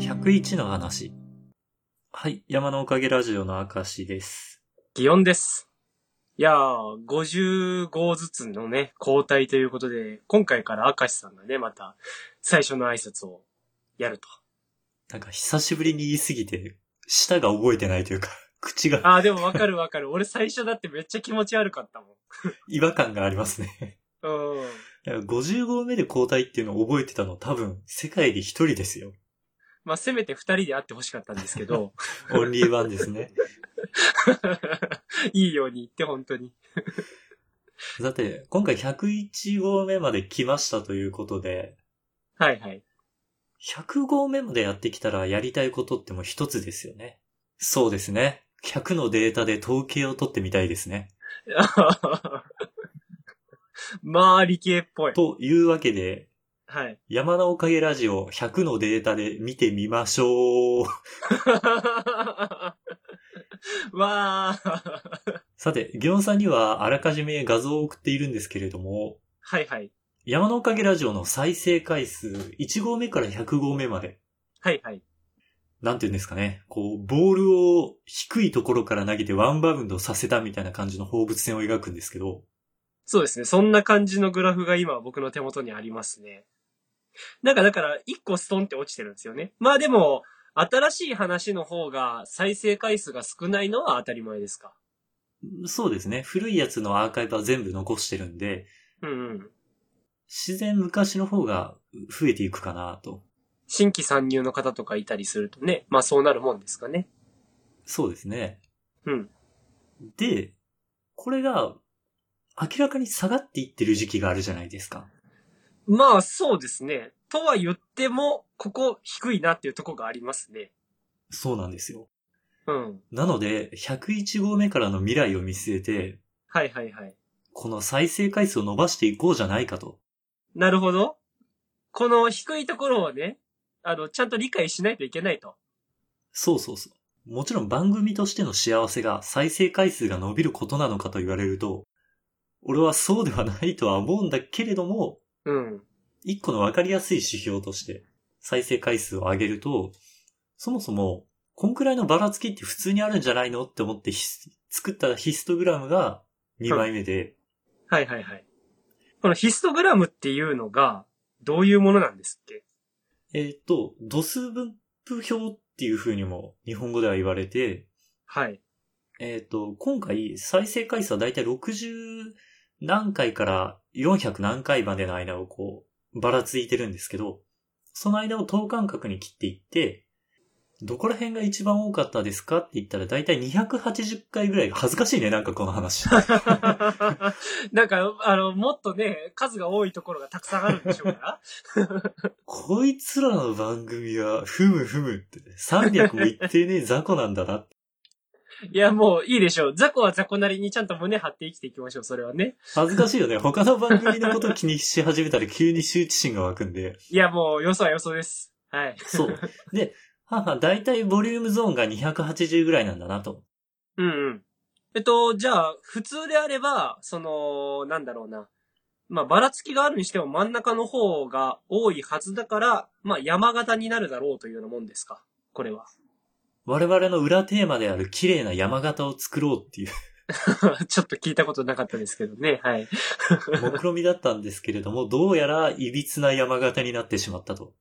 101の話。はい、山のおかげラジオの証です。祇園です。いやー、50号ずつのね、交代ということで、今回から明石さんがね、また、最初の挨拶をやると。なんか久しぶりに言いすぎて、舌が覚えてないというか、 口があー、でもわかるわかる。俺最初だってめっちゃ気持ち悪かったも違和感がありますね。ん。うん。 50号目で交代っていうのを覚えてたの多分、世界で一人ですよ。まあ、せめて二人で会ってほしかったんですけど、 オンリーワンですね。 いいように言って、本当に。さて、今回101号目まで来ましたということで、はいはい。 100号目までやってきたらやりたいことってもう一つですよね。そうですね。100のデータで統計を取ってみたいですね。まあ、理系っぽい。というわけで、はい。 山のおかげラジオ100のデータで見てみましょう。 わー。さて、ギョンさんにはあらかじめ画像を送っているんですけれども、はいはい。山のおかげラジオの再生回数1号目から100号目まで、はいはい。なんて言うんですかね、こう、ボールを低いところから投げてワンバウンドさせたみたいな感じの放物線を描くんですけど、そうですね。そんな感じのグラフが今僕の手元にありますね。なんかだから、一個ストンって落ちてるんですよね。まあでも、新しい話の方が再生回数が少ないのは当たり前ですか。そうですね、古いやつのアーカイブは全部残してるんで、うんうん。自然昔の方が増えていくかなと。新規参入の方とかいたりするとね、まあそうなるもんですかね。そうですね。うん。で、これが、明らかに下がっていってる時期があるじゃないですか。まあそうですね。とは言っても、ここ低いなっていうとこがありますね。そうなんですよ。うん。なので、101号目からの未来を見据えて、はいはいはい。この再生回数を伸ばしていこうじゃないかと。なるほど。この低いところをね、あの、ちゃんと理解しないといけないと。そうそうそう。もちろん番組としての幸せが再生回数が伸びることなのかと言われると、俺はそうではないとは思うんだけれども、うん。一個のわかりやすい指標として再生回数を上げると、そもそも、こんくらいのばらつきって普通にあるんじゃないのって思ってひ作ったヒストグラムが2枚目で、はいはいはい。このヒストグラムっていうのが、どういうものなんですっけえーっと、度数分布表っていう風にも日本語では言われて、はい。 えーっと、今回再生回数はだいたい60何回から400何回までの間をこう、ばらついてるんですけど、その間を等間隔に切っていって、どこら辺が一番多かったですかって言ったらだいたい280回ぐらいが恥ずかしいね、なんかこの話。なんか、あの、もっとね、数が多いところがたくさんあるんでしょ うから。こいつらの番組は、ふむふむって、300も言ってねえ雑魚なんだなって。いや、もういいでしょう。雑魚は雑魚なりにちゃんと胸張って生きていきましょう、それはね。恥ずかしいよね。他の番組のこと気にし始めたら急に羞恥心が湧くんで。いや、もう、よそはよそです。はい。そう。で、はは、だいたいボリュームゾーンが280ぐらいなんだなと。 うんうん。えっと、じゃあ、普通であれば、その、なんだろうな。まあ、ばらつきがあるにしても真ん中の方が多いはずだから、まあ、山形になるだろうというようなもんですか。これは。我々の裏テーマである綺麗な山形を作ろうっていう ちょっと聞いたことなかったですけどね。はい。 目論みだったんですけれども、どうやら歪な山形になってしまったと。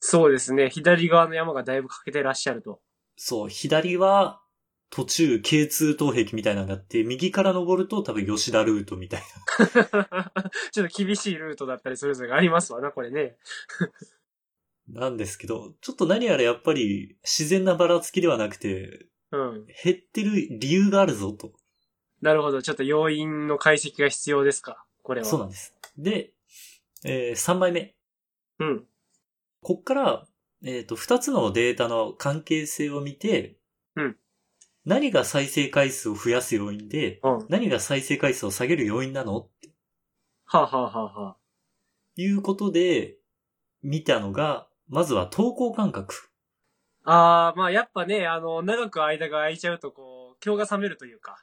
そうですね。左側の山がだいぶ欠けてらっしゃると。 そう、左は途中 K2 東壁みたいなのがあって、右から登ると多分吉田ルートみたいな。ちょっと厳しいルートだったりそれぞれがありますわな、これね。なんですけど、ちょっと何やらやっぱり自然なばらつきではなくて、うん。減ってる理由があるぞと。なるほど。ちょっと要因の解析が必要ですか。これは。そうなんです。で、え3枚目。うん。こっから、えっ、と、2つのデータの関係性を見て、うん何が再生回数を増やす要因で、うん。は何が再生回数を下げる要因なのっあ、はあはあはあ、ていうことで、見たのが、まずは投稿間隔。ああ、まあやっぱね、あの、長く間が空いちゃうと、こう、今日が冷めるというか。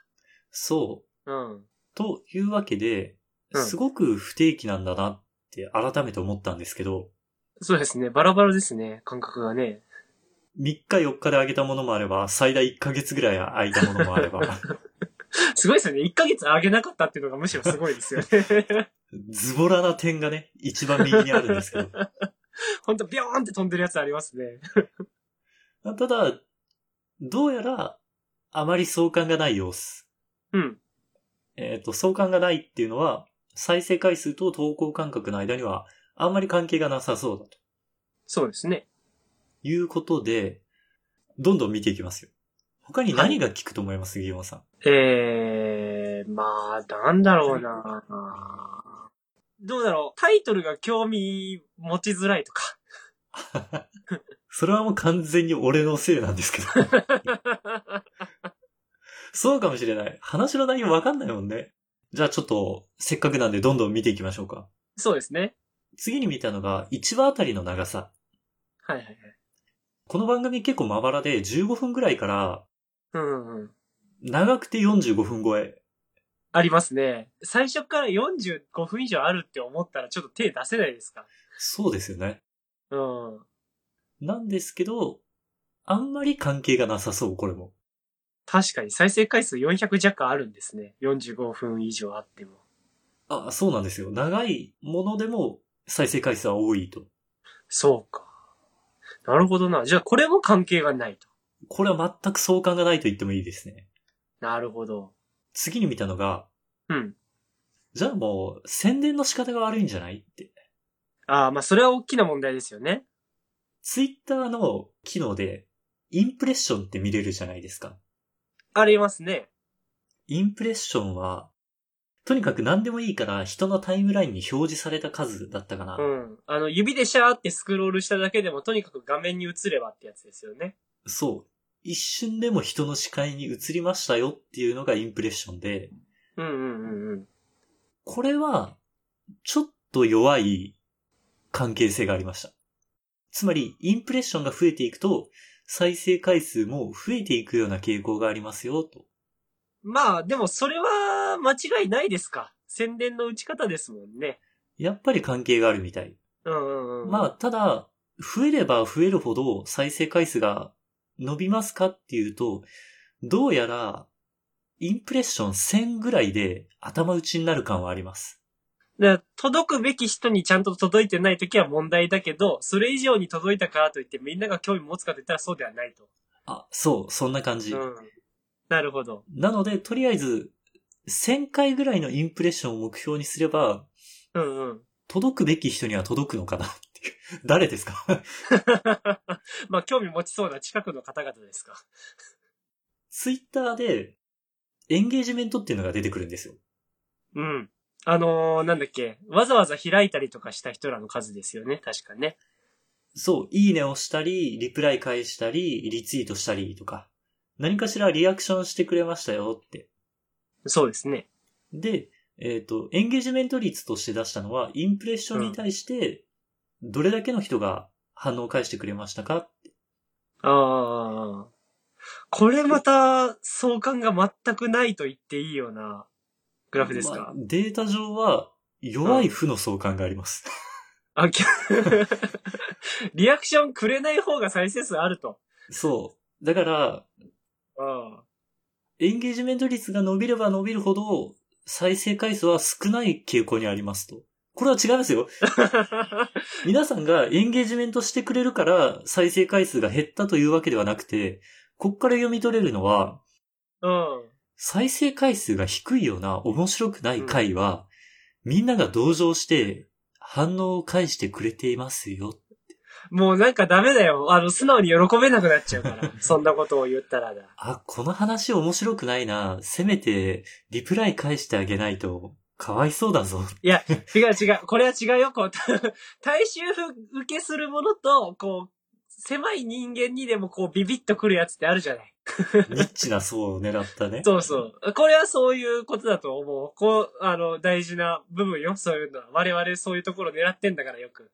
そう。うん。というわけで、うんすごく不定期なんだなって改めて思ったんですけど、そうですね。バラバラですね。感覚がね。 3日4日で上げたものもあれば、最大1ヶ月ぐらい空いたものもあれば、 すごいですよね。1ヶ月上げなかったっていうのがむしろすごいですよね。 ズボラな点がね、一番右にあるんですけど。ほんとビョーンって飛んでるやつありますね。ただ、どうやら、あまり相関がない様子。うん。えっ、と、相関がないっていうのは、再生回数と投稿間隔の間には、あんまり関係がなさそうだとそうですね。いうことで、どんどん見ていきますよ。他に何が効くと思います、ギオンさん。えー、まあ、なんだろうなどうだろう。タイトルが興味持ちづらいとか。それはもう完全に俺のせいなんですけど。そうかもしれない。話の内容わかんないもんね。じゃあちょっと、せっかくなんでどんどん見ていきましょうか。そうですね。次に見たのが、1話あたりの長さ。はいはいはい。この番組結構まばらで、15分ぐらいから、うんうんうん。長くて45分超え。ありますね。最初から45分以上あるって思ったらちょっと手出せないですか。そうですよね。うん。なんですけど、あんまり関係がなさそう、これも。確かに再生回数400弱あるんですね。45分以上あっても。あ、そうなんですよ。長いものでも再生回数は多いと。そうか。なるほどな。じゃあこれも関係がないと。これは全く相関がないと言ってもいいですね。なるほど。次に見たのが、うん。じゃあもう宣伝の仕方が悪いんじゃないって。ああ、まあそれは大きな問題ですよね。ツイッターの機能で、インプレッションって見れるじゃないですか。ありますね。インプレッションは、とにかく何でもいいから人のタイムラインに表示された数だったかな。うん。あの、指でシャーってスクロールしただけでも、とにかく画面に映ればってやつですよね。そう。一瞬でも人の視界に移りましたよっていうのがインプレッションで、うんうんうんうん。これは、ちょっと弱い関係性がありました。つまり、インプレッションが増えていくと、再生回数も増えていくような傾向がありますよ、と。まあ、でもそれは間違いないですか。宣伝の打ち方ですもんね。やっぱり関係があるみたい。うんうんうん。まあ、ただ、増えれば増えるほど再生回数が伸びますかっていうと、どうやら、インプレッション1000ぐらいで頭打ちになる感はあります。だから届くべき人にちゃんと届いてない時は問題だけど、それ以上に届いたからといってみんなが興味持つかといったらそうではないと。あ、そう、そんな感じ。うん。なるほど。なので、とりあえず、1000回ぐらいのインプレッションを目標にすれば、うんうん。 届くべき人には届くのかなっていう。 誰ですかまあ、興味持ちそうな近くの方々ですか。ツイッターで、エンゲージメントっていうのが出てくるんですよ。うん。あのー、なんだっけ。わざわざ開いたりとかした人らの数ですよね。確かね。そう、いいねをしたり、リプライ返したり、リツイートしたりとか、何かしらリアクションしてくれましたよって。そうですね。で、えっ、と、エンゲージメント率として出したのは、インプレッションに対して、どれだけの人が反応を返してくれましたかああ。これまた、相関が全くないと言っていいようなグラフですまあか。データ上は、弱い負の相関があります。あ、き リアクションくれない方が再生数あると。 そう。だから、あエンゲージメント率が伸びれば伸びるほど、再生回数は少ない傾向にありますと。これは違いますよ。あ皆さんがエンゲージメントしてくれるから再生回数が減ったというわけではなくて、こっから読み取れるのは、 うん。再生回数が低いような面白くない回は、みんなが同情して反応を返してくれていますよ。もうなんかダメだよ。あの、素直に喜べなくなっちゃうから。そんなことを言ったらだ。あ、この話面白くないな。せめてリプライ返してあげないとかわいそうだ ぞ。いや、違う違う。これは違うよ。こう、 大衆受けするものと、こう、狭い人間にでもこう、ビビッとくるやつってあるじゃない。ニッチな層を狙ったね。そうそう。これはそういうことだと思う。こう、あの、大事な部分よ。そういうのは。我々そういうところ狙ってんだからよく。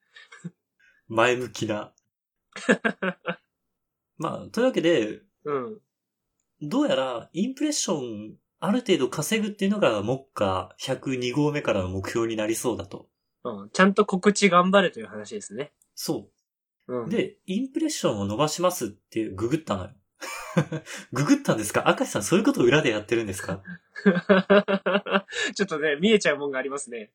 前向き な。まあ、というわけで、うん。どうやら、インプレッション、ある程度稼ぐっていうのが、目下102号目からの目標になりそうだと。うん。ちゃんと告知頑張れという話ですね。そう。うん。で、インプレッションを伸ばしますってググったのよ。 ググったんですか赤石さん、そういうこと裏でやってるんです か ちょっとね、見えちゃうもんがありますね。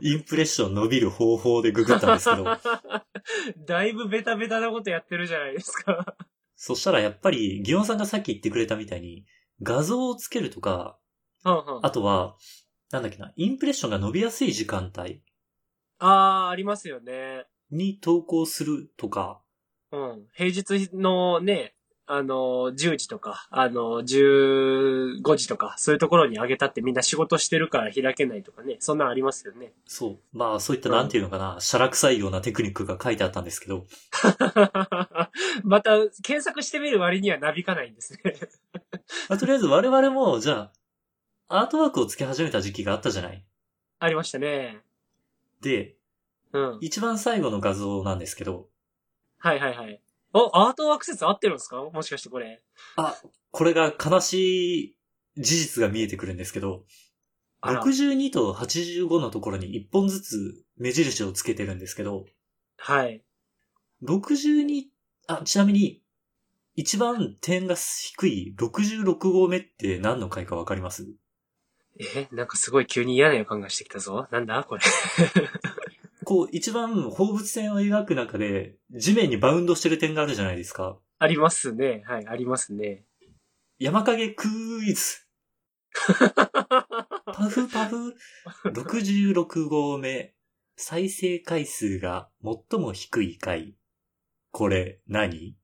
インプレッション伸びる方法でググったんですけど。 だいぶベタベタなことやってるじゃないですか。そしたらやっぱり、ギオンさんがさっき言ってくれたみたいに、画像をつけるとか、うんうん。あ あとは、なんだっけな、インプレッションが伸びやすい時間帯あー、ありますよね。に投稿するとか、うん。平日のね、あのー、10時とか、あのー、15時とか、そういうところにあげたってみんな仕事してるから開けないとかね、そんなんありますよね。 そう。まあ、そういったなんていうのかな、シャラ臭いようなテクニックが書いてあったんですけど、また、検索してみる割にはなびかないんですね。 まあ、とりあえず我々も、じゃあ、アートワークをつけ始めた時期があったじゃないありましたね。で、うん。一番最後の画像なんですけど、はいはいはい。お、アートアクセス合ってるんですかもしかしてこれ。あ、これが悲しい事実が見えてくるんですけど、あら。 62と85のところに1本ずつ目印をつけてるんですけど、はい。 62、あ、ちなみに、一番点が低い66号目って何の回かわかりますえ、なんかすごい急に嫌な予感がしてきたぞ。なんだこれ。 こう、一番放物線を描く中で、地面にバウンドしてる点があるじゃないですか。ありますね。はい、ありますね。 山影クイズ。パフパフ。66号目。再生回数が最も低い回。これ何、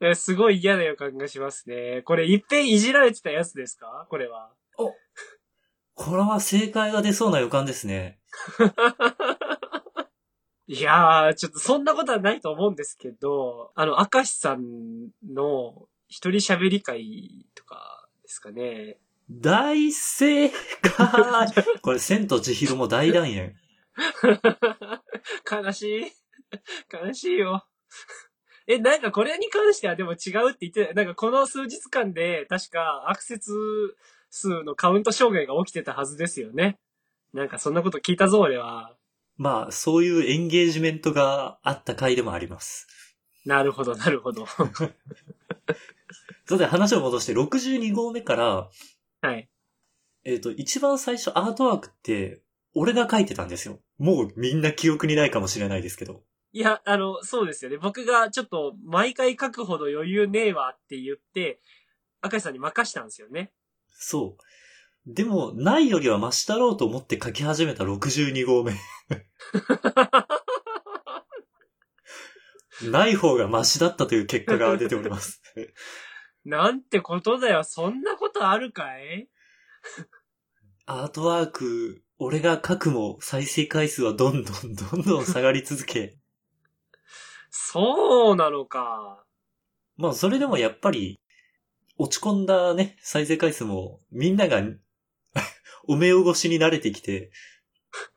えすごい嫌な予感がしますね。これ、いっぺんいじられてたやつですかこれは。 これは正解が出そうな予感ですね。いやー、ちょっとそんなことはないと思うんですけど、あの、明石さんの一人喋り会とかですかね。大正解これ、千と千尋も大団円。 悲しい。悲しいよ。え、なんかこれに関してはでも違うって言ってた、なんかこの数日間で確かアクセス数のカウント障害が起きてたはずですよね。なんかそんなこと聞いたぞ、俺は。まあ、そういうエンゲージメントがあった回でもあります。なるほど、なるほど。それで話を戻して、62号目から、はい。えっ、と、一番最初アートワークって、俺が書いてたんですよ。もうみんな記憶にないかもしれないですけど。いや、あの、そうですよね。僕がちょっと毎回書くほど余裕ねえわって言って、赤石さんに任したんですよね。そう。でも、ないよりはマシだろうと思って書き始めた62号 目。ない方がマシだったという結果が出ております。なんてことだよ。そんなことあるかいアートワーク、俺が書くも再生回数はどんどんどんどん下がり続け。 そうなのか。まあ、それでもやっぱり、落ち込んだね、再生回数も、みんなが、 お目汚しに慣れてきて、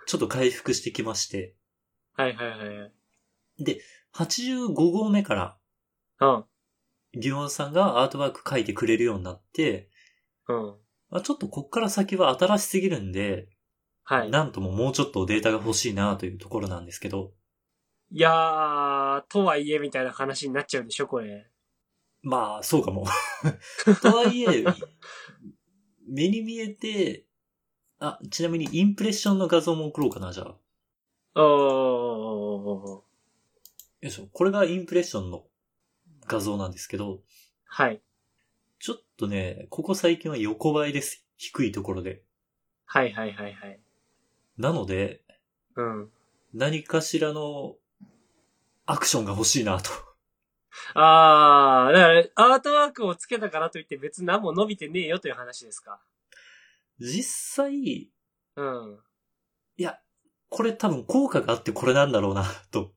ちょっと回復してきまして、はいはいはい。 85号目から、うん。ギオンさんがアートワーク書いてくれるようになって、うん。まあ、ちょっとこっから先は新しすぎるんで、はい。なんとももうちょっとデータが欲しいなというところなんですけど、いやー、とはいえみたいな話になっちゃうんでしょ、これ。まあ、そうかも。とはいえ、目に見えて、あ、ちなみにインプレッションの画像も送ろうかな、じゃあ。よおー。いしょ。これがインプレッションの画像なんですけど、はい。ちょっとね、ここ最近は横ばいです。低いところで。はいはいはいはい。なので、うん。何かしらのアクションが欲しいなと。あー、だから、アートワークをつけたからといって別に何も伸びてねえよという話ですか。実際、うん。 これ多分効果があってこれなんだろうな、と。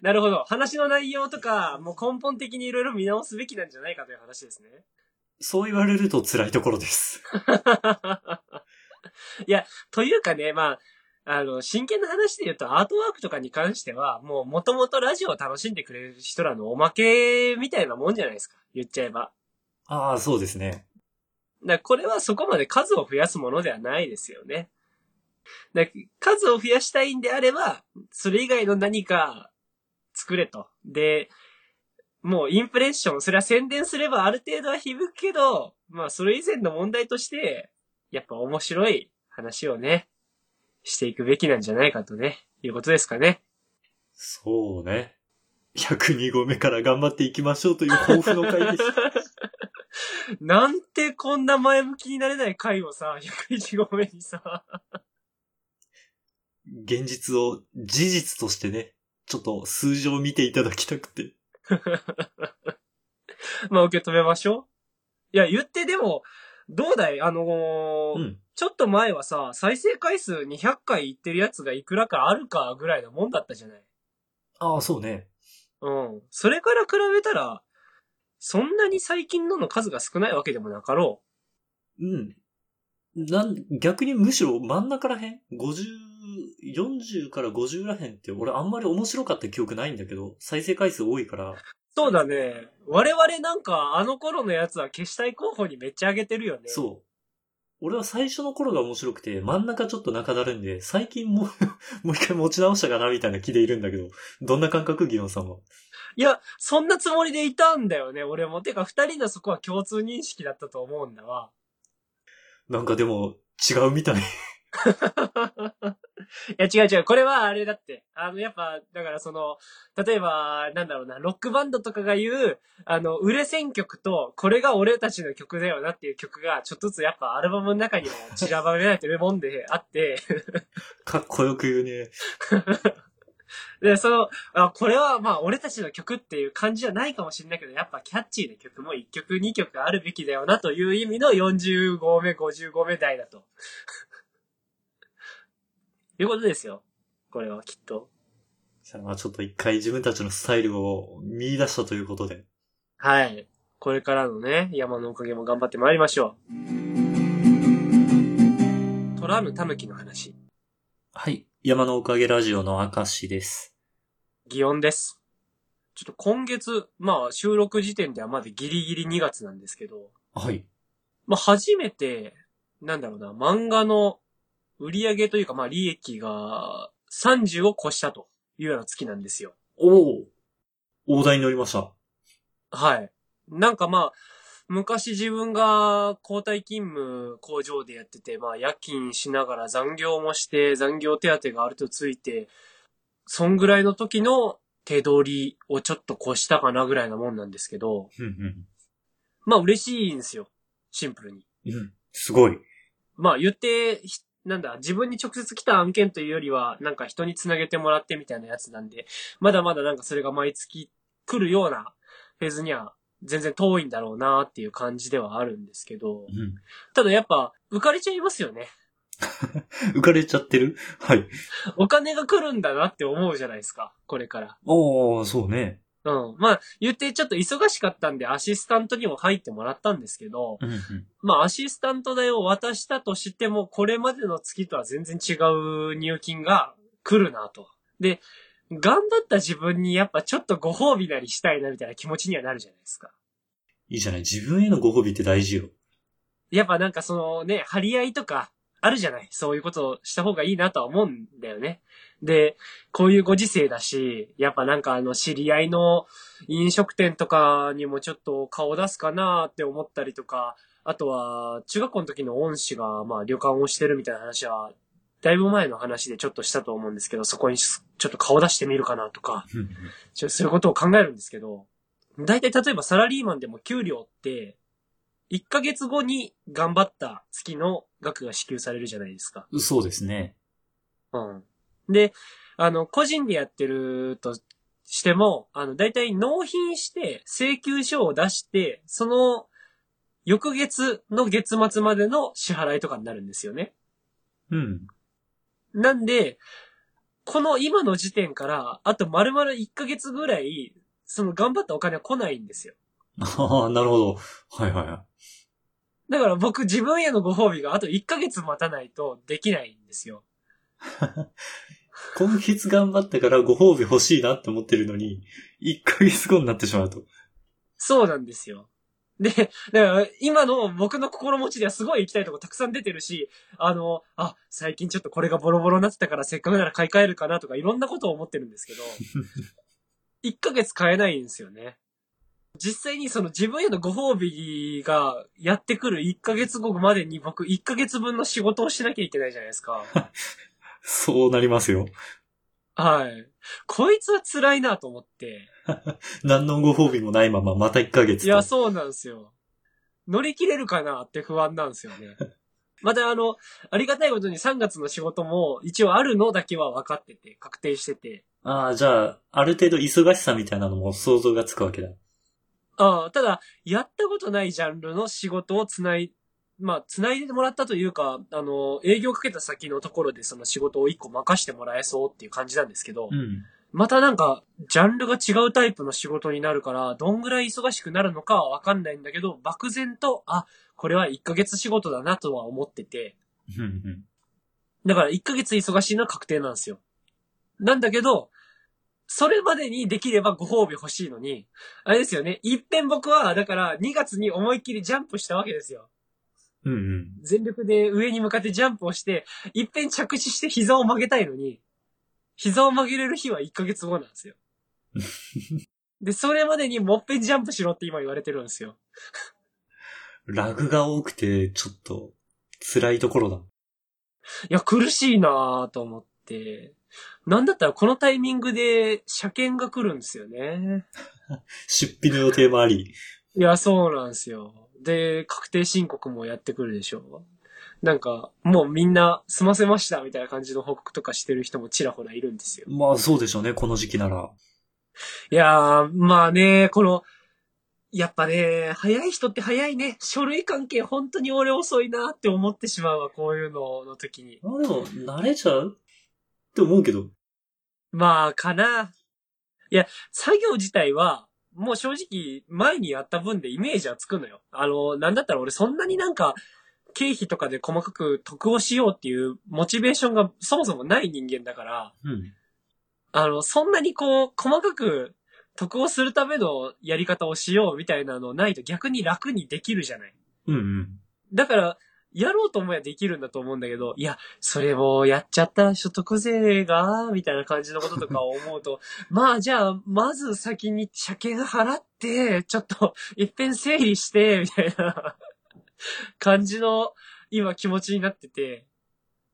なるほど。話の内容とか、もう根本的にいろいろ見直すべきなんじゃないかという話ですね。そう言われると辛いところです。 いや、というかね、まあ、あの、真剣な話で言うと、アートワークとかに関しては、もう、もともとラジオを楽しんでくれる人らのおまけみたいなもんじゃないですか。言っちゃえば。ああ、そうですね。だからこれはそこまで数を増やすものではないですよね。だ数を増やしたいんであれば、それ以外の何か作れと。で、もうインプレッション、それは宣伝すればある程度は響くけど、まあそれ以前の問題として、やっぱ面白い話をね、していくべきなんじゃないかとね、いうことですかね。そうね。102号目から頑張っていきましょうという抱負の回でした。なんてこんな前向きになれない回をさ、101号目 にさ、現実を事実としてね、ちょっと数字を見ていただきたくて。まあ受け止めましょう。いや、言ってでも、どうだいあのーうん。ちょっと前はさ、再生回数200回いってるやつがいくらかあるかぐらいのもんだったじゃないああ、そうね。うん。それから比べたら、そんなに最近のの数が少ないわけでもなかろうん。なん、逆にむしろ真ん中らへん ?50、40から50らへんって俺あんまり面白かった記憶ないんだけど、再生回数多いから、う。そうだね。我々なんかあの頃のやつは消したい候補にめっちゃ上げてるよね。そう。俺は最初の頃が面白くて、真ん中ちょっと中だるんで、最近もう 、もう一回持ち直したかなみたいな気でいるんだけど、どんな感覚ギノンさんは。いや、そんなつもりでいたんだよね、俺も。てか、二人のそこは共通認識だったと思うんだわ。なんかでも、違うみたい。いや、違う違う。これはあれだって。あの、やっぱ、だからその、例えば、なんだろうな、ロックバンドとかが言う、あの、売れ選曲と、これが俺たちの曲だよなっていう曲が、ちょっとずつやっぱアルバムの中にも散らばめられてるもんであって、かっこよく言うね。で、その、あこれはまあ俺たちの曲っていう感じじゃないかもしれないけど、やっぱキャッチーな曲も1曲2曲あるべきだよなという意味の45目、55目台だと。 いうことですよ。これはきっと。じゃあまあちょっと一回自分たちのスタイルを見出したということで。はい。これからのね、山のおかげも頑張ってまいりましょう。トラムタヌキの話。はい。山のおかげラジオの明石です。祇園です。ちょっと今月、まあ収録時点ではまだギリギリ2月なんですけど、はい。まあ、初めて、なんだろうな、漫画の売り上げというか、まあ、利益が30を越したというような月なんですよ。おお大台に乗りました。はい。なんかまあ、昔自分が交代勤務工場でやってて、まあ夜勤しながら残業もして、残業手当があるとついて、そんぐらいの時の手取りをちょっと越したかなぐらいなもんなんですけど、うんまあ嬉しいんですよ。シンプルに。うん。うん。すごい。まあ言って、ひなんだ、自分に直接来た案件というよりは、なんか人につなげてもらってみたいなやつなんで、まだまだなんかそれが毎月来るようなフェーズには全然遠いんだろうなっていう感じではあるんですけど、うん。ただやっぱ浮かれちゃいますよね。浮かれちゃってるはい。お金が来るんだなって思うじゃないですか、これから。おおそうね。うん。まあ言ってちょっと忙しかったんでアシスタントにも入ってもらったんですけど、うんうん。まあ、アシスタント代を渡したとしても、これまでの月とは全然違う入金が来るなと。で、頑張った自分にやっぱちょっとご褒美なりしたいなみたいな気持ちにはなるじゃないですか。いいじゃない。自分へのご褒美って大事よ。やっぱなんかそのね、張り合いとかあるじゃないそういうことをした方がいいなとは思うんだよね。で、こういうご時世だし、やっぱなんかあの知り合いの飲食店とかにもちょっと顔出すかなって思ったりとか、あとは中学校の時の恩師がまあ旅館をしてるみたいな話は、だいぶ前の話でちょっとしたと思うんですけど、そこにちょっと顔出してみるかなとか、うんうんちょ そういうことを考えるんですけど、大体例えばサラリーマンでも給料って、1ヶ月後に頑張った月の額が支給されるじゃないですか。そうですね。うん。で、あの、個人でやってるとしても、あの、大体納品して請求書を出して、その翌月の月末までの支払いとかになるんですよね。うん。なんで、この今の時点から、あと丸々1ヶ月ぐらい、その頑張ったお金は来ないんですよ。ああ、なるほど。はいはいはだから僕自分へのご褒美があと1ヶ月待たないとできないんですよ。い。今月頑張ったからご褒美欲しいなって思ってるのに、1ヶ月後になってしまうと。そうなんですよ。で、だから今の僕の心持ちではすごい行きたいとこたくさん出てるし、あの、あ、最近ちょっとこれがボロボロになってたからせっかくなら買い替えるかなとかいろんなことを思ってるんですけど、1ヶ月買えないんですよね。実際にその自分へのご褒美がやってくる1ヶ月後までに僕1ヶ月分の仕事をしなきゃいけないじゃないですか。そうなりますよ。はい。こいつは辛いなと思って。何のご褒美もないまままた1ヶ月と。いや、そうなんですよ。乗り切れるかなって不安なんですよね。またあの、ありがたいことに3月の仕事も一応あるのだけは分かってて、確定してて。ああ、じゃあ、ある程度忙しさみたいなのも想像がつくわけだ。ああ、ただ、やったことないジャンルの仕事をつない、まあ、つないでもらったというか、あの、営業かけた先のところでその仕事を一個任してもらえそうっていう感じなんですけど、うん。またなんか、ジャンルが違うタイプの仕事になるから、どんぐらい忙しくなるのかはわかんないんだけど、漠然と、あ、これは1ヶ月仕事だなとは思ってて、うんうん。だから1ヶ月忙しいのは確定なんですよ。なんだけど、それまでにできればご褒美欲しいのに、あれですよね。一遍僕は、だから2月に思いっきりジャンプしたわけですよ。うんうん。全力で上に向かってジャンプをして、一遍着地して膝を曲げたいのに、膝を曲げれる日は1ヶ月後なんですよ。で、それまでにもっぺんジャンプしろって今言われてるんですよ。ラグが多くて、ちょっと、辛いところだ。いや、苦しいなぁと思って。なんだったらこのタイミングで車検が来るんですよね。出費の予定もあり。いや、そうなんですよ。で、確定申告もやってくるでしょう。なんか、もうみんな済ませましたみたいな感じの報告とかしてる人もちらほらいるんですよ。まあそうでしょうね、この時期なら。いやー、まあね、この、やっぱね、早い人って早いね。書類関係本当に俺遅いなって思ってしまうわ、こういうのの時に。まあでも、慣れちゃうって思うけど。まあ、かな。いや、作業自体は、もう正直、前にやった分でイメージはつくのよ。あの、なんだったら俺そんなになんか、経費とかで細かく得をしようっていうモチベーションがそもそもない人間だから、うん。あの、そんなにこう、細かく得をするためのやり方をしようみたいなのないと逆に楽にできるじゃない。うんうん。だから、やろうと思えばできるんだと思うんだけど、いや、それをやっちゃったら所得税が、みたいな感じのこととかを思うと、 まあじゃあ、まず先に車検払って、ちょっと、一遍整理して、みたいな 感じの、今気持ちになってて、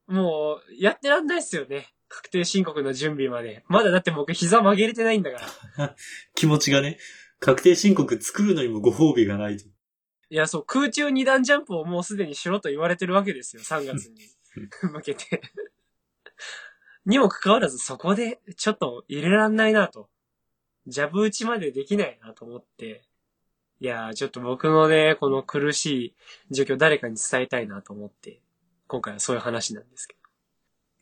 もう、やってらんないっすよね。確定申告の準備まで。まだだって僕膝曲げれてないんだから。気持ちがね、確定申告作るのにもご褒美がないと。いや、そう、空中二段ジャンプをもうすでにしろと言われてるわけですよ、3月に向けて。にもかかわらず、そこで、ちょっと入れらんないなと。ジャブ打ちまでできないなと思って。いやー、ちょっと僕のね、この苦しい状況誰かに伝えたいなと思って、今回はそういう話なんですけど。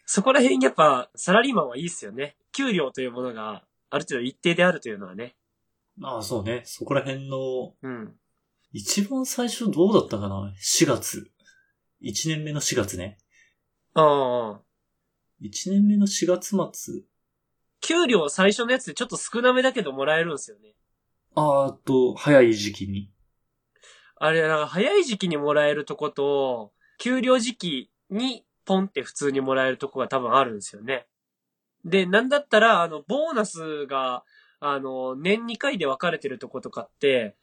そこら辺やっぱ、サラリーマンはいいっすよね。給料というものが、ある程度一定であるというのはね。まあそうね、そこら辺の、うん。一番最初どうだったかな ?4 月。1年目の4月ね。ああ。 1年目の4月末。給料最初のやつでちょっと少なめだけどもらえるんですよね。あーっと、早い時期に。あれ、なんか早い時期にもらえるとこと、給料時期にポンって普通にもらえるとこが多分あるんですよね。で、なんだったら、あの、ボーナスが、あの、年2回で分かれてるとことかって、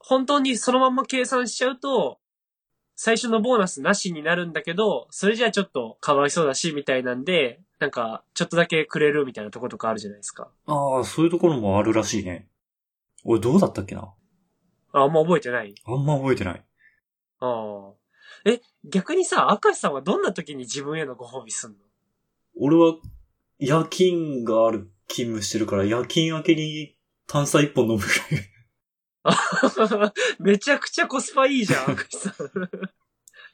本当にそのまんま計算しちゃうと、最初のボーナスなしになるんだけど、それじゃあちょっとかわいそうだし、みたいなんで、なんか、ちょっとだけくれるみたいなとことかあるじゃないですか。ああ、そういうところもあるらしいね。俺どうだったっけなあ、あんま覚えてないあんま覚えてない。ああ。え、逆にさ、明石さんはどんな時に自分へのご褒美すんの 俺は、夜勤がある勤務してるから、夜勤明けに炭酸一本飲むぐらい。めちゃくちゃコスパいいじ ゃん、明石さん。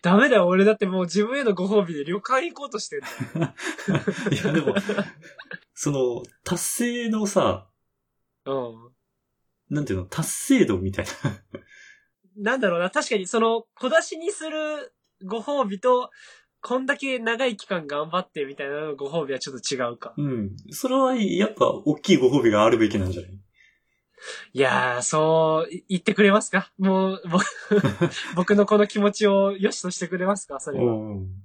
ダメだよ、俺だってもう自分へのご褒美で旅館行こうとしてんだよ。いや、でも、その、達成のさ、うなんていうの、達成度みたいな。ん。なんだろうな、確かにその、小出しにするご褒美と、こんだけ長い期間頑張ってみたいなのご褒美はちょっと違うか。うん。それは、やっぱ、大きいご褒美があるべきなんじゃないいやー、そう、い言ってくれますかもう、 ぼ僕のこの気持ちを良しとしてくれますかそれは。うん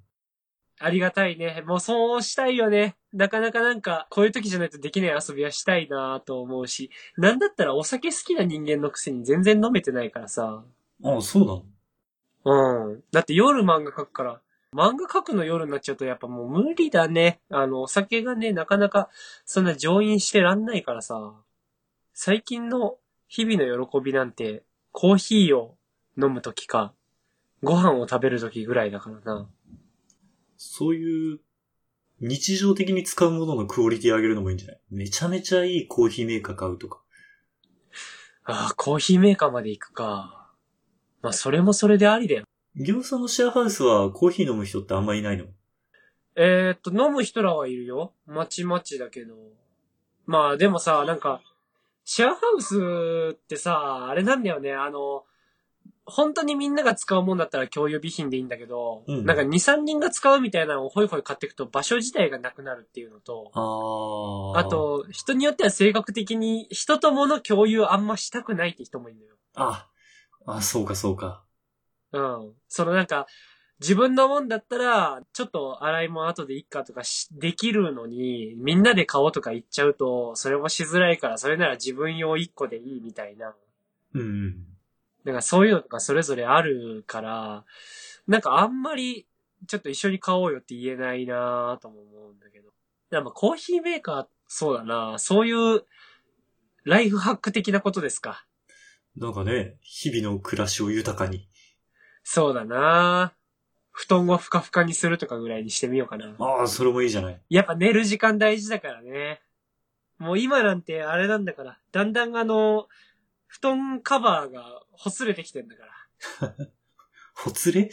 ありがたいね。もうそうしたいよね。なかなかなんか、こういう時じゃないとできない遊びはしたいなと思うし、なんだったらお酒好きな人間のくせに全然飲めてないからさ。ああ、そうなのうん。だって夜漫画描くから、漫画描くの夜になっちゃうとやっぱもう無理だね。あの、お酒がね、なかなかそんな上飲してらんないからさ。最近の日々の喜びなんて、コーヒーを飲む時か、ご飯を食べる時ぐらいだからな。そういう、日常的に使うもののクオリティ上げるのもいいんじゃないめちゃめちゃいいコーヒーメーカー買うとか。ああ、コーヒーメーカーまで行くか。まあ、それもそれでありだよ。餃子のシェアハウスはコーヒー飲む人ってあんまいないのえー、っと、飲む人らはいるよ。まちまちだけど。まあ、でもさ、なんか、シェアハウスってさ、あれなんだよね、あの、本当にみんなが使うもんだったら共有備品でいいんだけど、うんなんか2、3人が使うみたいなのをホイホイ買っていくと場所自体がなくなるっていうのと、ああ。あ。と、人によっては性格的に人と物共有あんましたくないって人もいるのよ。あ、あ、そうかそうか。うん。そのなんか、自分のもんだったら、ちょっと洗い物後でいっかとかし、できるのに、みんなで買おうとか言っちゃうと、それもしづらいから、それなら自分用1個でいいみたいな。うん。なんかそういうのとかそれぞれあるから、なんかあんまり、ちょっと一緒に買おうよって言えないなぁとも思うんだけど。でもコーヒーメーカー、そうだなぁそういう、ライフハック的なことですか。なんかね、日々の暮らしを豊かに。そうだな布団をふかふかにするとかぐらいにしてみようかな。ああ、それもいいじゃない。やっぱ寝る時間大事だからね。もう今なんてあれなんだから、だんだんあの、布団カバーがほつれてきてんだから。ほつれ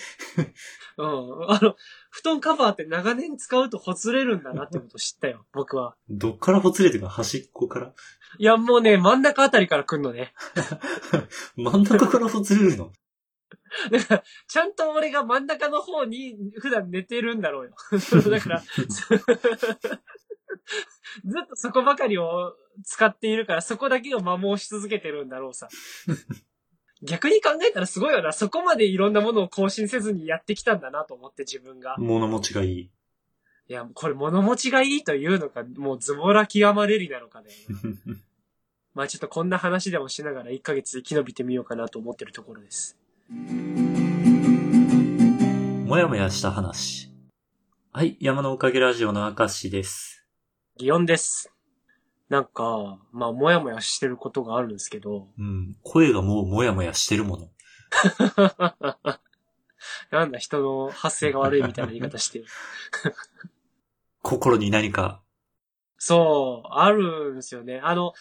うん。あの、布団カバーって長年使うとほつれるんだなってこと知ったよ、僕は。どっからほつれてるの端っこから。 いや、もうね、真ん中あたりから来んのね。真ん中からほつれるのだから、ちゃんと俺が真ん中の方に普段寝てるんだろうよ。だから、 ずっとそこばかりを使っているから、そこだけを摩耗し続けてるんだろうさ。逆に考えたらすごいよな。そこまでいろんなものを更新せずにやってきたんだなと思って自分が。 物持ちがいい。いや、これ物持ちがいいというのか、もうズボラ極まれりなのかね。まあちょっとこんな話でもしながら1ヶ月生き延びてみようかなと思ってるところです。 もやもやした話。はい、山のおかげラジオの明石です。祇園です。なんか、まあ、もやもやしてることがあるんですけど、 うん、声がもうもやもやしてるもの。なんだ人の発声が悪いみたいな言い方してる。心に何か。そう、あるんですよね。あの、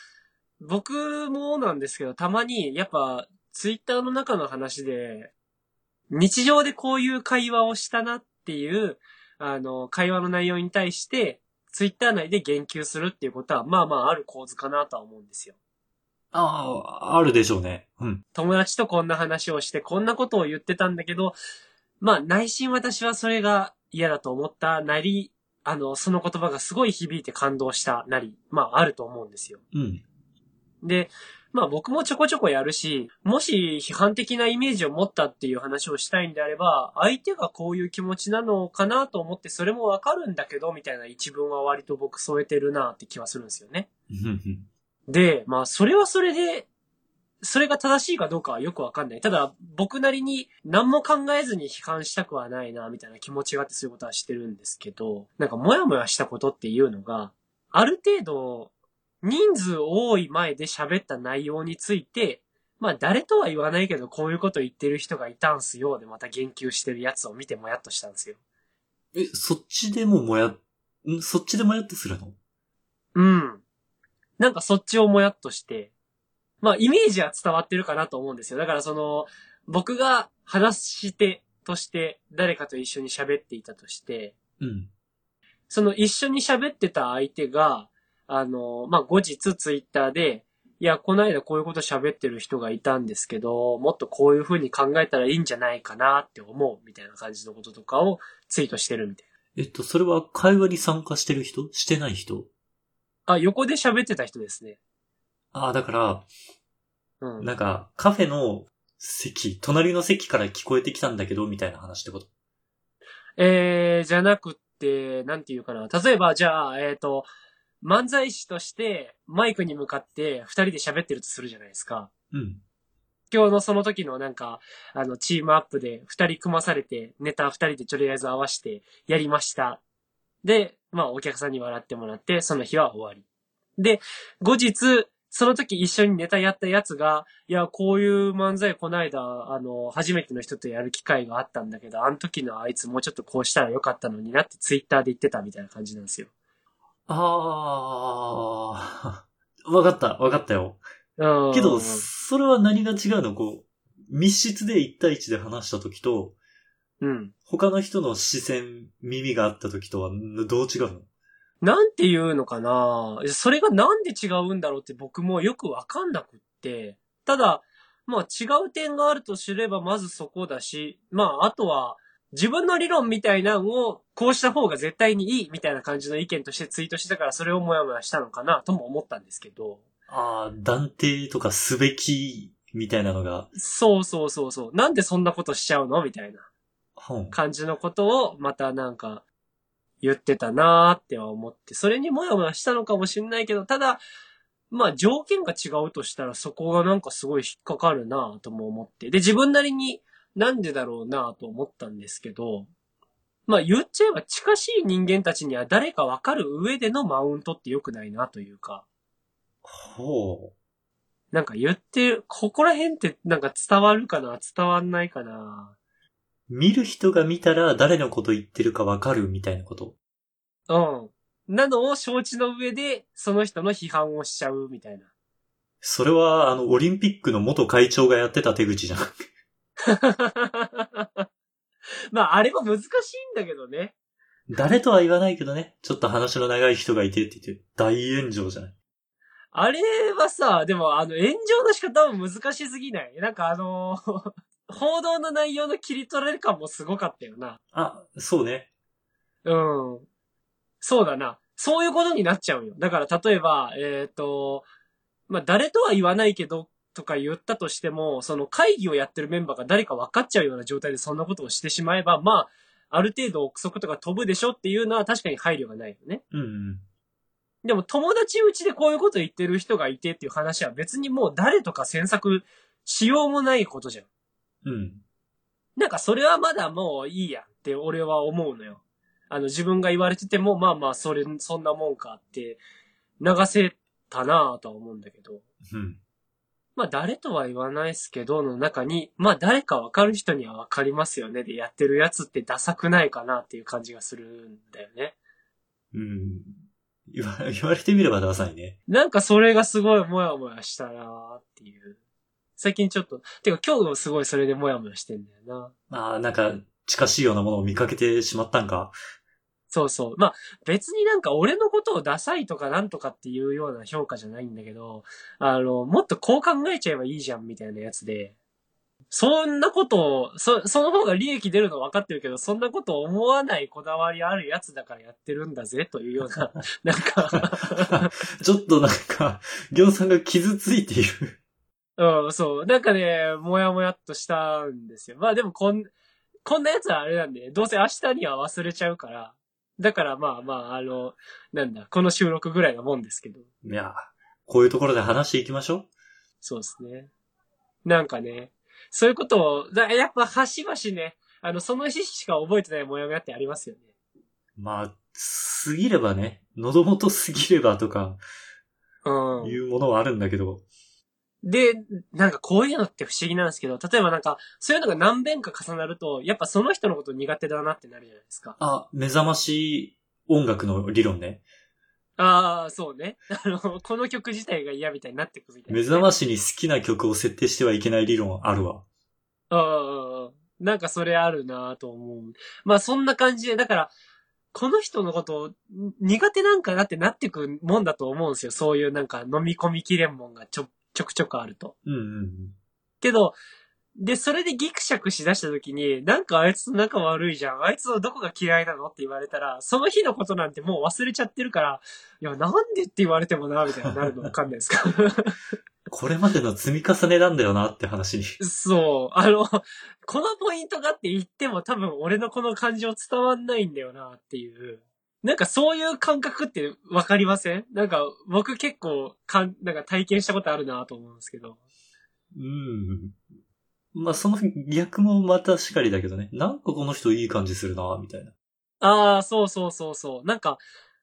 僕もなんですけど、たまに、やっぱ、ツイッターの中の話で、日常でこういう会話をしたなっていう、あの、会話の内容に対して、ツイッター内で言及するっていうことは、まあまあある構図かなとは思うんですよ。ああ、あるでしょうね。うん。友達とこんな話をして、こんなことを言ってたんだけど、まあ内心私はそれが嫌だと思ったなり、あの、その言葉がすごい響いて感動したなり、まああると思うんですよ。うん。で、まあ僕もちょこちょこやるし、もし批判的なイメージを持ったっていう話をしたいんであれば、相手がこういう気持ちなのかなと思って、それもわかるんだけど、みたいな一文は割と僕添えてるなって気はするんですよね。うんで、まあ、それはそれで、それが正しいかどうかはよくわかんない。ただ、僕なりに何も考えずに批判したくはないな、みたいな気持ちがあってそういうことはしてるんですけど、なんか、もやもやしたことっていうのが、ある程度、人数多い前で喋った内容について、まあ、誰とは言わないけど、こういうこと言ってる人がいたんすよ、でまた言及してるやつを見てもやっとしたんですよ。え、そっちでももや、んそっちでもやってするのうん。なんかそっちをもやっとして、まあイメージは伝わってるかなと思うんですよ。だからその、僕が話し手として誰かと一緒に喋っていたとして、うん。その一緒に喋ってた相手が、あの、まあ後日ツイッターで、いや、この間こういうこと喋ってる人がいたんですけど、もっとこういう風に考えたらいいんじゃないかなって思うみたいな感じのこととかをツイートしてるみたいえっと、それは会話に参加してる人してない人な。あ、横で喋ってた人ですね。ああ、だから、うん。なんか、カフェの席、隣の席から聞こえてきたんだけど、みたいな話ってこと。えー、じゃなくって、なんていうかな。例えば、じゃあ、えっ、と、漫才師として、マイクに向かって、二人で喋ってるとするじゃないですか。うん。今日のその時のなんか、あの、チームアップで、二人組まされて、ネタ二人でとりあえず合わせて、やりました。で、まあ、お客さんに笑ってもらって、その日は終わり。で、後日、その時一緒にネタやったやつが、いや、こういう漫才こないだ、あの、初めての人とやる機会があったんだけど、あの時のあいつもうちょっとこうしたらよかったのになってツイッターで言ってたみたいな感じなんですよ。ああ、 わかった、わかったよ。うん。けど、うんそれは何が違うのこう、密室で1対1で話した時と、うん。他の人の視線、耳があった時とは、どう違うのなんていうのかなそれがなんで違うんだろうって僕もよくわかんなくって。ただ、まあ違う点があると知ればまずそこだし、まああとは自分の理論みたいなのをこうした方が絶対にいいみたいな感じの意見としてツイートしてたからそれをモヤモヤしたのかなとも思ったんですけど。ああ、断定とかすべき、みたいなのが、そうそうそうそう。なんでそんなことしちゃうのみたいな本。感じのことをまたなんか言ってたなーっては思って、それにもやもやしたのかもしれないけど、ただ、まあ条件が違うとしたらそこがなんかすごい引っかかるなぁとも思って。で、自分なりになんでだろうなぁと思ったんですけど、まあ言っちゃえば近しい人間たちには誰かわかる上でのマウントって良くないなというか、ほなんか言ってる、ここら辺ってなんか伝わるかな伝わんないかなう。見る人が見たら誰のこと言ってるかわかるみたいなこと。うん。なのを承知の上で、その人の批判をしちゃうみたいな。 それは、あの、オリンピックの元会長がやってた手口じゃん。 まあ、あれも難しいんだけどね。誰とは言わないけどね、ちょっと話の長い人がいてって言って、大炎上じゃない。あれはさ、でも、あの、炎上の仕方も難しすぎない。なんかあのー 報道の内容の切り取られ感もすごかったよな。あ、そうね。うん。そうだな。そういうことになっちゃうよ。だから、例えば、えっ、と、まあ、誰とは言わないけど、とか言ったとしても、その会議をやってるメンバーが誰か分かっちゃうような状態でそんなことをしてしまえば、まあ、ある程度憶測とか飛ぶでしょっていうのは確かに配慮がないよね。うんうん。でも友達うちでこういうこと言ってる人がいてっていう話は別にもう誰とか詮索しようもないことじゃん。うん。なんかそれはまだもういいやって俺は思うのよ。あの自分が言われててもまあまあそれ、そんなもんかって流せたなぁとは思うんだけど。うん。まあ誰とは言わないですけどの中に、まあ誰かわかる人にはわかりますよねでやってるやつってダサくないかなっていう感じがするんだよね。うん。言わ 言われてみればダサいね。なんかそれがすごいモヤモヤしたなーっていう。最近ちょっと、てか今日すごいそれでモヤモヤしてんだよな。まあ、なんか、近しいようなものを見かけてしまったんか。 そうそう。まあ別になんか俺のことをダサいとかなんとかっていうような評価じゃないんだけど、あの、もっとこう考えちゃえばいいじゃんみたいなやつで、そんなことを、そ、その方が利益出るの分かってるけど、そんなこと思わないこだわりあるやつだからやってるんだぜというような、なんか、ちょっとなんか、行さんが傷ついている。うん、そう。なんかね、もやもやっとしたんですよ。まあでもこん、こんなやつはあれなんで、どうせ明日には忘れちゃうから。だからまあまあ、あの、なんだ、この収録ぐらいなもんですけど。いや、こういうところで話していきましょそうですね。なんかね、そういうことを、だやっぱ端々ね、あの、その日しか覚えてないもやもやってありますよね。う。まあ、過ぎればね、喉元過ぎればとか、うん。いうものはあるんだけど、で、なんかこういうのって不思議なんですけど、例えばなんか、そういうのが何遍か重なると、やっぱその人のこと苦手だなってなるじゃないですか。あ、目覚まし音楽の理論ね。ああ、そうね。あの、この曲自体が嫌みたいになってくるみたいな、目覚ましに好きな曲を設定してはいけない理論あるわ。うん。なんかそれあるなと思う。まあそんな感じで、だから、この人のことを苦手なんかなってなってくもんだと思うんですよ。そういうなんか飲み込みきれんもんがちょ、ちょくちょくあると。うんうんうん。けど、で、それでギクシャクしだした時に、なんかあいつと仲悪いじゃん。あいつのどこが嫌いなのって言われたら、その日のことなんてもう忘れちゃってるから、いや、なんでって言われてもな、みたいになるのわかんないですかこれまでの積み重ねなんだよなって話に。そう。あの、このポイントがって言っても多分俺のこの感情伝わんないんだよなっていう。なんかそういう感覚ってわかりませんなんか僕結構かん、なんか体験したことあるなと思うんですけど。うん。まあ、その逆もまたしかりだけどね。なんかこの人いい感じするな、みたいな。ああ、そうそうそうそう。なんか、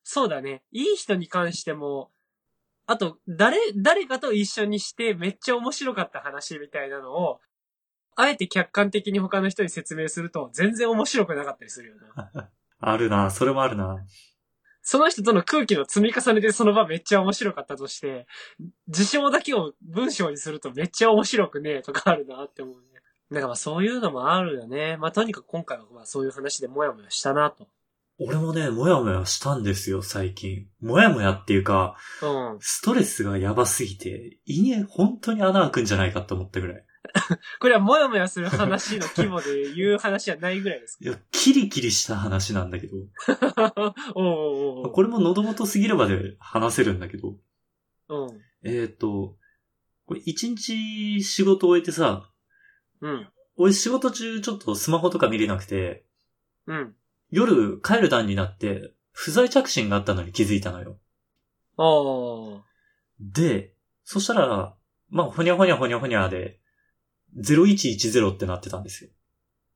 そうだね。いい人に関しても、あと、誰、誰かと一緒にしてめっちゃ面白かった話みたいなのを、あえて客観的に他の人に説明すると全然面白くなかったりするよな。あるな、それもあるな。その人との空気の積み重ねでその場めっちゃ面白かったとして、事象だけを文章にするとめっちゃ面白くねえとかあるなって思うね。なんかまあそういうのもあるよね。まあとにかく今回はまあそういう話でもやもやしたなと。俺もね、もやもやしたんですよ、最近。もやもやっていうか、うん。ストレスがやばすぎて、胃に本当に穴開くんじゃないかって思ったぐらい。これはもやもやする話の規模で言う話じゃないぐらいです。いや、キリキリした話なんだけど。 おうおうおうこれも喉元すぎるまで話せるんだけど。うん。えっ、と、これ一日仕事終えてさ、うん。俺仕事中ちょっとスマホとか見れなくて、うん。夜帰る段になって、不在着信があったのに気づいたのよ。おー。で、そしたら、まあ、ほにゃほにゃほにゃほにゃで、0110ってなってたんですよ。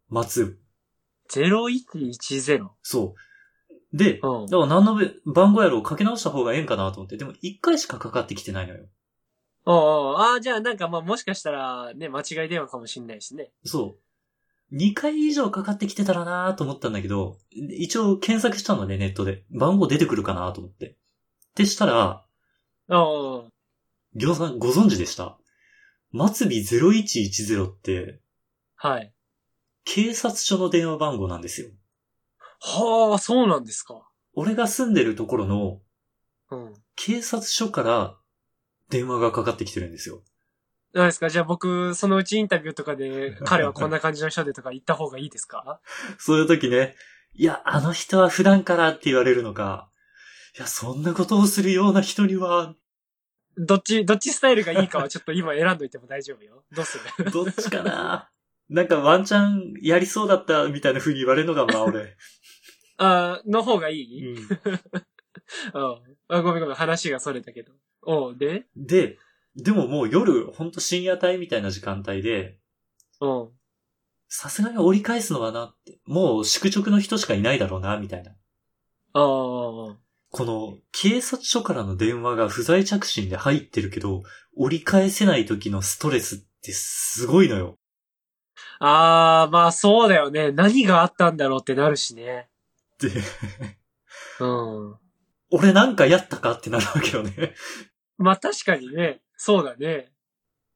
待つ。 0110。そう。で、うんだから何のべ番号やろうかけ直した方がええんかなと思って、でも1回しかかかってきてないのよ。おうおうああ、じゃあなんかまあもしかしたらね、間違い電話かもしんないしね。そう。2回以上かかってきてたらなと思ったんだけど、一応検索したのね、ネットで。番号出てくるかなと思って。ってしたら、おうおうりょうさんご存知でした末尾0110って、はい。警察署の電話番号なんですよ。はあ、そうなんですか。俺が住んでるところのうん。警察署から電話がかかってきてるんですよ。ないですかじゃあ僕、そのうちインタビューとか で、彼はこんな感じの人でとか言った方がいいですかそういう時ね、いや、あの人は普段からって言われるのか、いや、そんなことをするような人には、どっち、どっちスタイルがいいかはちょっと今選んどいても大丈夫よ。どうす るどっちかななんかワンチャンやりそうだったみたいな風に言われるのが まあ俺。あーの方がいい、うん、うあごめんごめん、話がそれたけど。おう、でんで、でももう夜、ほんと深夜帯みたいな時間帯で、うん。さすがに折り返すのはなって、もう宿直の人しかいないだろうな、みたいな。ああ、この、警察署からの電話が不在着信で入ってるけど、折り返せない時のストレスってすごいのよ。ああ、まあそうだよね。何があったんだろうってなるしね。で、うん。俺なんかやったかってなるわけよね。まあ確かにね、そうだね。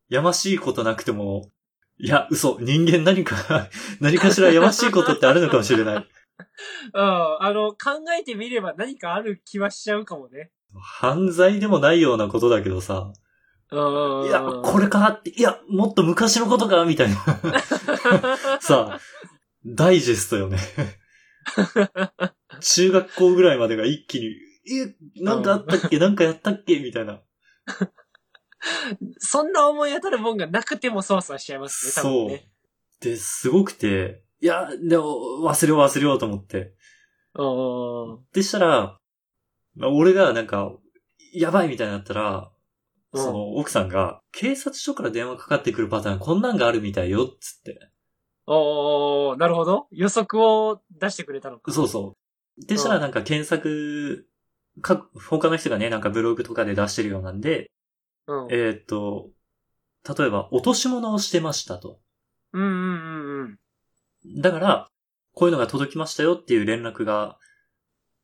やましいことなくても、いや、嘘、人間何か、 何かしらやましいことってあるのかもしれない。うん。あの、考えてみれば何かある気はしちゃうかもね。犯罪でもないようなことだけどさ、うん。いや、これかって、いや、もっと昔のことかみたいな。 さあ、ダイジェストよ ね。中学校ぐらいまでが一気に、え、なんかあったっけなんかやったっけみたいな。そんな思い当たるもんがなくてもそわそわしちゃいますね、多分そうね。。で、すごくて、いや、でも、忘れよう忘れようと思って。そでしたら、まあ俺がなんか、やばいみたいになったら、うんその奥さんが、警察署から電話かかってくるパターンこんなんがあるみたいよ、っつって。うん。おー、なるほど。予測を出してくれたのか。そうそう。でしたらうんなんか検索、か、他の人がね、なんかブログとかで出してるようなんで、うん。えーっと、例えば、落とし物をしてましたと。うんうんうんうん。だから、こういうのが届きましたよっていう連絡が、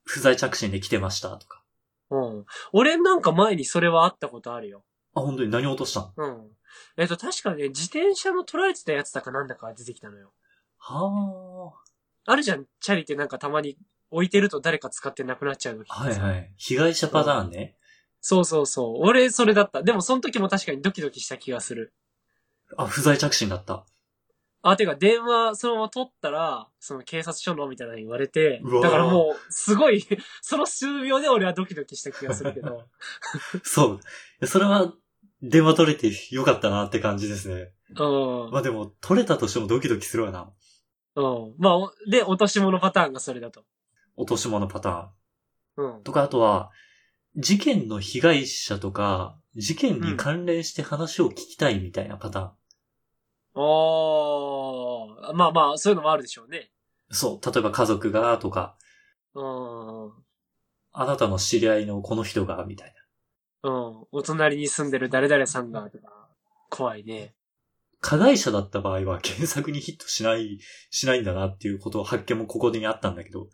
不在着信で来てましたとか。うん。俺なんか前にそれはあったことあるよ。あ、本当に何落としたのうん。えっと、確かね、自転車の取られてたやつだかなんだかが出てきたのよ。はあるじゃん、チャリってなんかたまに置いてると誰か使ってなくなっちゃう時あ。はいはい。被害者パターンね。そうそうそう。俺、それだった。でも、その時も確かにドキドキした気がする。あ、不在着信だった。 あ、てか電話そのまま取ったら、その警察署のみたいなの言われてうわ、ーだからもう、すごい、 その数秒で俺はドキドキした気がする けど。そう。それは、電話取れてよかったなって感じですね。うんまあでも、取れたとしてもドキドキするわな。うん。まあ、おで、落とし物パターンがそれだと。落とし物パターン。うん。とか、あとは、事件の被害者とか、事件に関連して話を聞きたいみたいなパターン。おー。まあまあ、そういうのもあるでしょうね。そう。例えば家族が、とか、うん。うん。あなたの知り合いのこの人が、みたいな。お隣に住んでる誰々さんが、とか、怖いね。加害者だった場合は 検索にヒットしない、しないんだなっていうことを発見もここにあったんだけど。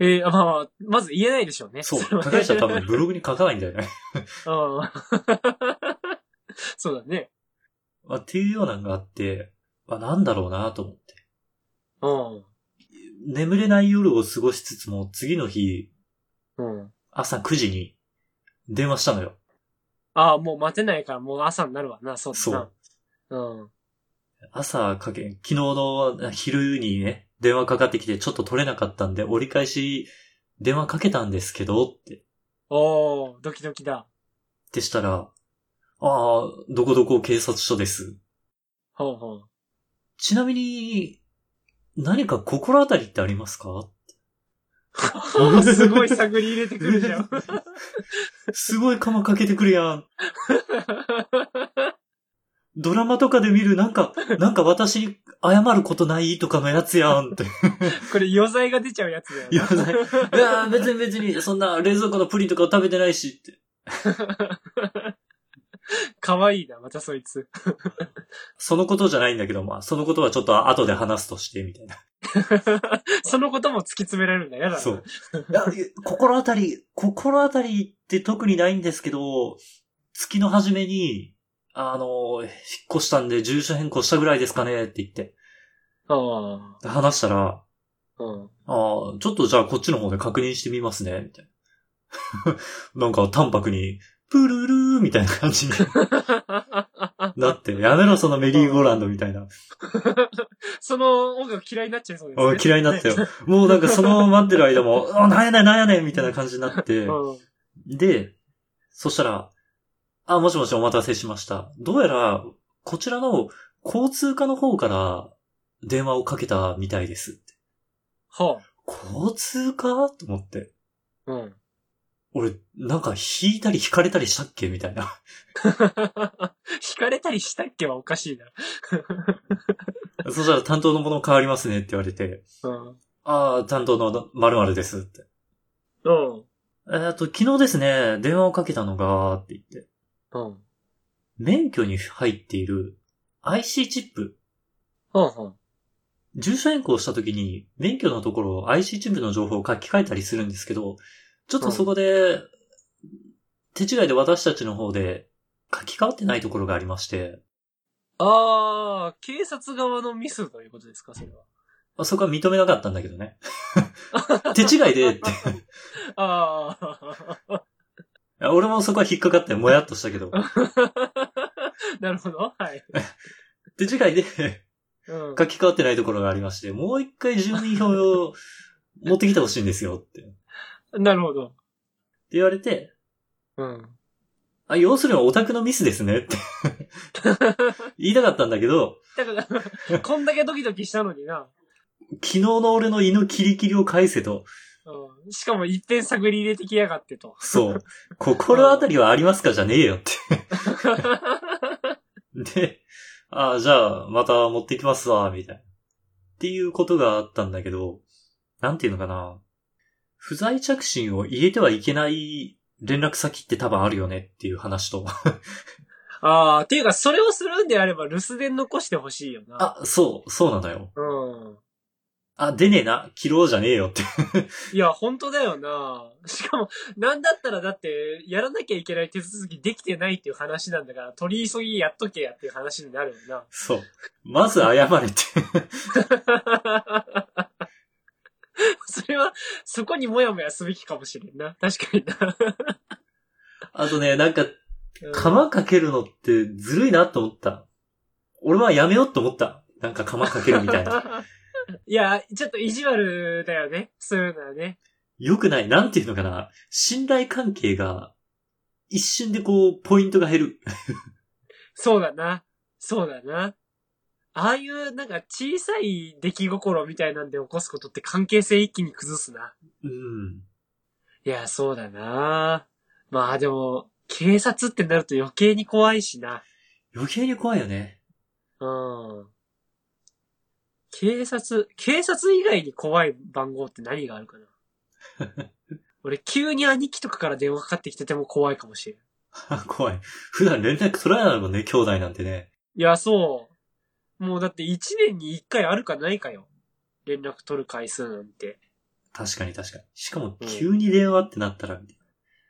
えー、あまあまあ、まず言えないでしょうね。そう。れはね加害者多分ブログに書かないんだよね。 うん。 そうだね。まあ、っていうようなのがあって、まあ、なんだろうなと思って。うん。眠れない夜を過ごしつつも、次の日、うん。朝9時に電話したのよ。ああ、もう待てないからもう朝になるわな、そうだそうな。。うん。朝かけ、昨日の昼にね、電話かかってきてちょっと取れなかったんで、折り返し電話かけたんですけどって、っおー、ドキドキだ。てしたら、ああ、どこどこ警察署です。ほうほ う。ちなみに、何か心当たりってありますかすごい探り入れてくるじ ゃん。すごい釜かけてくるやん。ドラマとかで見るなん か、なんか私に謝ることないとかのやつやんって。これ余罪が出ちゃうやつだよいね。や、ない いや別に別に、そんな冷蔵庫のプリンとかを食べてないしって。かわいいな、またそいつ。そのことじゃないんだけど、まあ、そのことはちょっと後で話すとして、みたいな。そのことも突き詰められるんだ。やだな。そう。いや心当たり、心当たりって特にないんですけど、月の初めに、あの、引っ越したんで住所変更したぐらいですかねって言って、あ話したら、あ。うん。 ああ、ちょっとじゃあこっちの方で確認してみますね、みたいな。 なんか淡白に、プルルーみたいな感じにな って、やめろそのメリーゴーランドみたいな。その音楽嫌いになっちゃいそうです、おいね。嫌いにな ったよ。もうなんかそのまま待ってる間も、あなんやねんなんやねんみたいな感じになって、うん。で、そしたら、あ、もしもしお待たせしました。どうやら、こちらの交通課の方から電話をかけたみたいです。は交通課と思って。あ。うん。 俺、なんか引いたり引かれたりしたっけみたいな。惹かれたりしたっけはおかしいな。 そしたら担当のもの変わりますねって言われて、うん。ああ、担当の〇〇ですって。うん。えーっと、昨日ですね、電話をかけたのが、って言って、うん。免許に入っている IC チップほうほう。住所変更した時に、免許のところを IC チップの情報を書き換えたりするんですけど、ちょっとそこで、手違いで私たちの方で書き換わってないところがありまして、ああ、警察側のミスということですか、それは。まあそこは認めなかったんだけどね。手違いでって。ああ。俺もそこは引っかかってもやっとしたけど、 なるほど。はい。手違いでうん。書き換わってないところがありまして、もう一回住民票を持ってきてほしいんですよって。ってなるほど。言われて、うん。あ、要するにオタクのミスですねって言いたかったんだけど、だから、こんだけドキドキしたのにな。昨日の俺の胃のキリキリを返せと。うん。しかも一遍探り入れてきやがってと。 そう。心当たりはありますかじゃねえよって。で、ああ、じゃあ、また持ってきますわ、みたいな。っていうことがあったんだけど、なんていうのかな。不在着信を入れてはいけない連絡先って多分あるよねっていう話と。ああ、っていうか、それをするんであれば留守電残してほしいよな。あ、そう、そうなんだよ。うん。あ、出ねえな、切ろうじゃねえよって。 いや、本当だよな。しかも、なんだったらだって、やらなきゃいけない手続きできてないっていう話なんだから、取り急ぎやっとけやっていう話になるよな。そう。まず謝れって。 それは、そこにもやもやすべきかもしれんな。確かにな。あとね、なんかうん釜かけるのってずるいなと思った。俺はやめようと思った。なんか釜かけるみたい な。いや、ちょっと意地悪だよね。そういうのはね。良くない。なんていうのかな。信頼関係が、一瞬でこう、ポイントが減る。そうだな。そうだな。ああいう、なんか小さい出来心みたいなんで起こすことって関係性一気に崩すな。うん。いや、そうだな。まあでも、警察ってなると余計に怖いしな。余計に怖いよね。 うん。警察、警察以外に怖い番号って何があるかな 俺、急に兄貴とかから電話かかってきてても怖いかもしれん。怖い。普段連絡取らないもんね、兄弟なんてね。いや、そう。もうだって1年に1回あるかないかよ。連絡取る回数なんて。確かに確かに。しかもうん、急に電話ってなったら、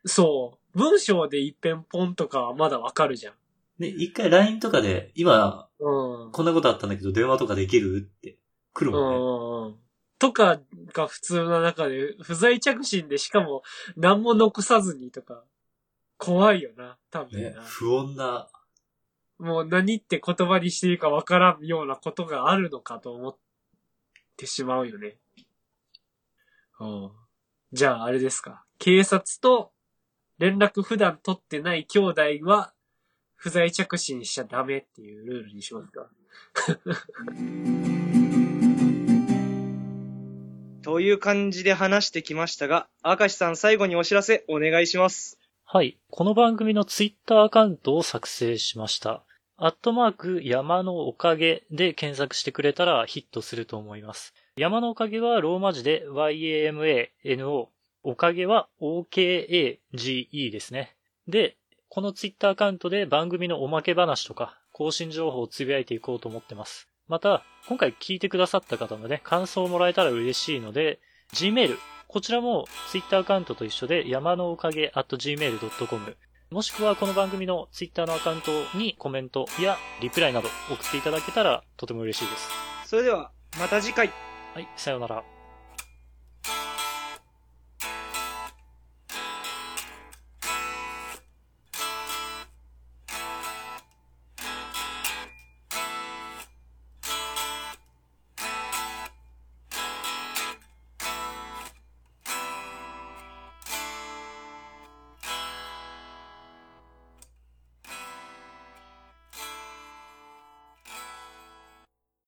そう。文章で一遍ポンとかはまだわかるじゃん。ね、一回 LINE とかで、今、うん。こんなことあったんだけど、電話とかできるって、来るうもんね。んうんうん。とかが普通の中で、不在着信でしかも何も残さずにとか、怖いよな、多分な。ね、不穏な、もう何って言葉にしていいかわからんようなことがあるのかと思ってしまうよね。うん。じゃああれですか。警察と連絡普段取ってない兄弟は不在着信しちゃダメっていうルールにしますか。という感じで話してきましたが、明石さん最後にお知らせお願いします。はい。この番組のツイッターアカウントを作成しました。アットマーク山のおかげで検索してくれたらヒットすると思います。山のおかげはローマ字で YAMANO。おかげは OKAGE ですね。で、このツイッターアカウントで番組のおまけ話とか更新情報をつぶやいていこうと思ってます。また、今回聞いてくださった方のね、感想をもらえたら嬉しいので、Gmail、こちらも Twitter アカウントと一緒で山のおかげ at gmail.com もしくはこの番組の Twitter のアカウントにコメントやリプライなど送っていただけたらとても嬉しいです。それでは、また次回。はい、さようなら。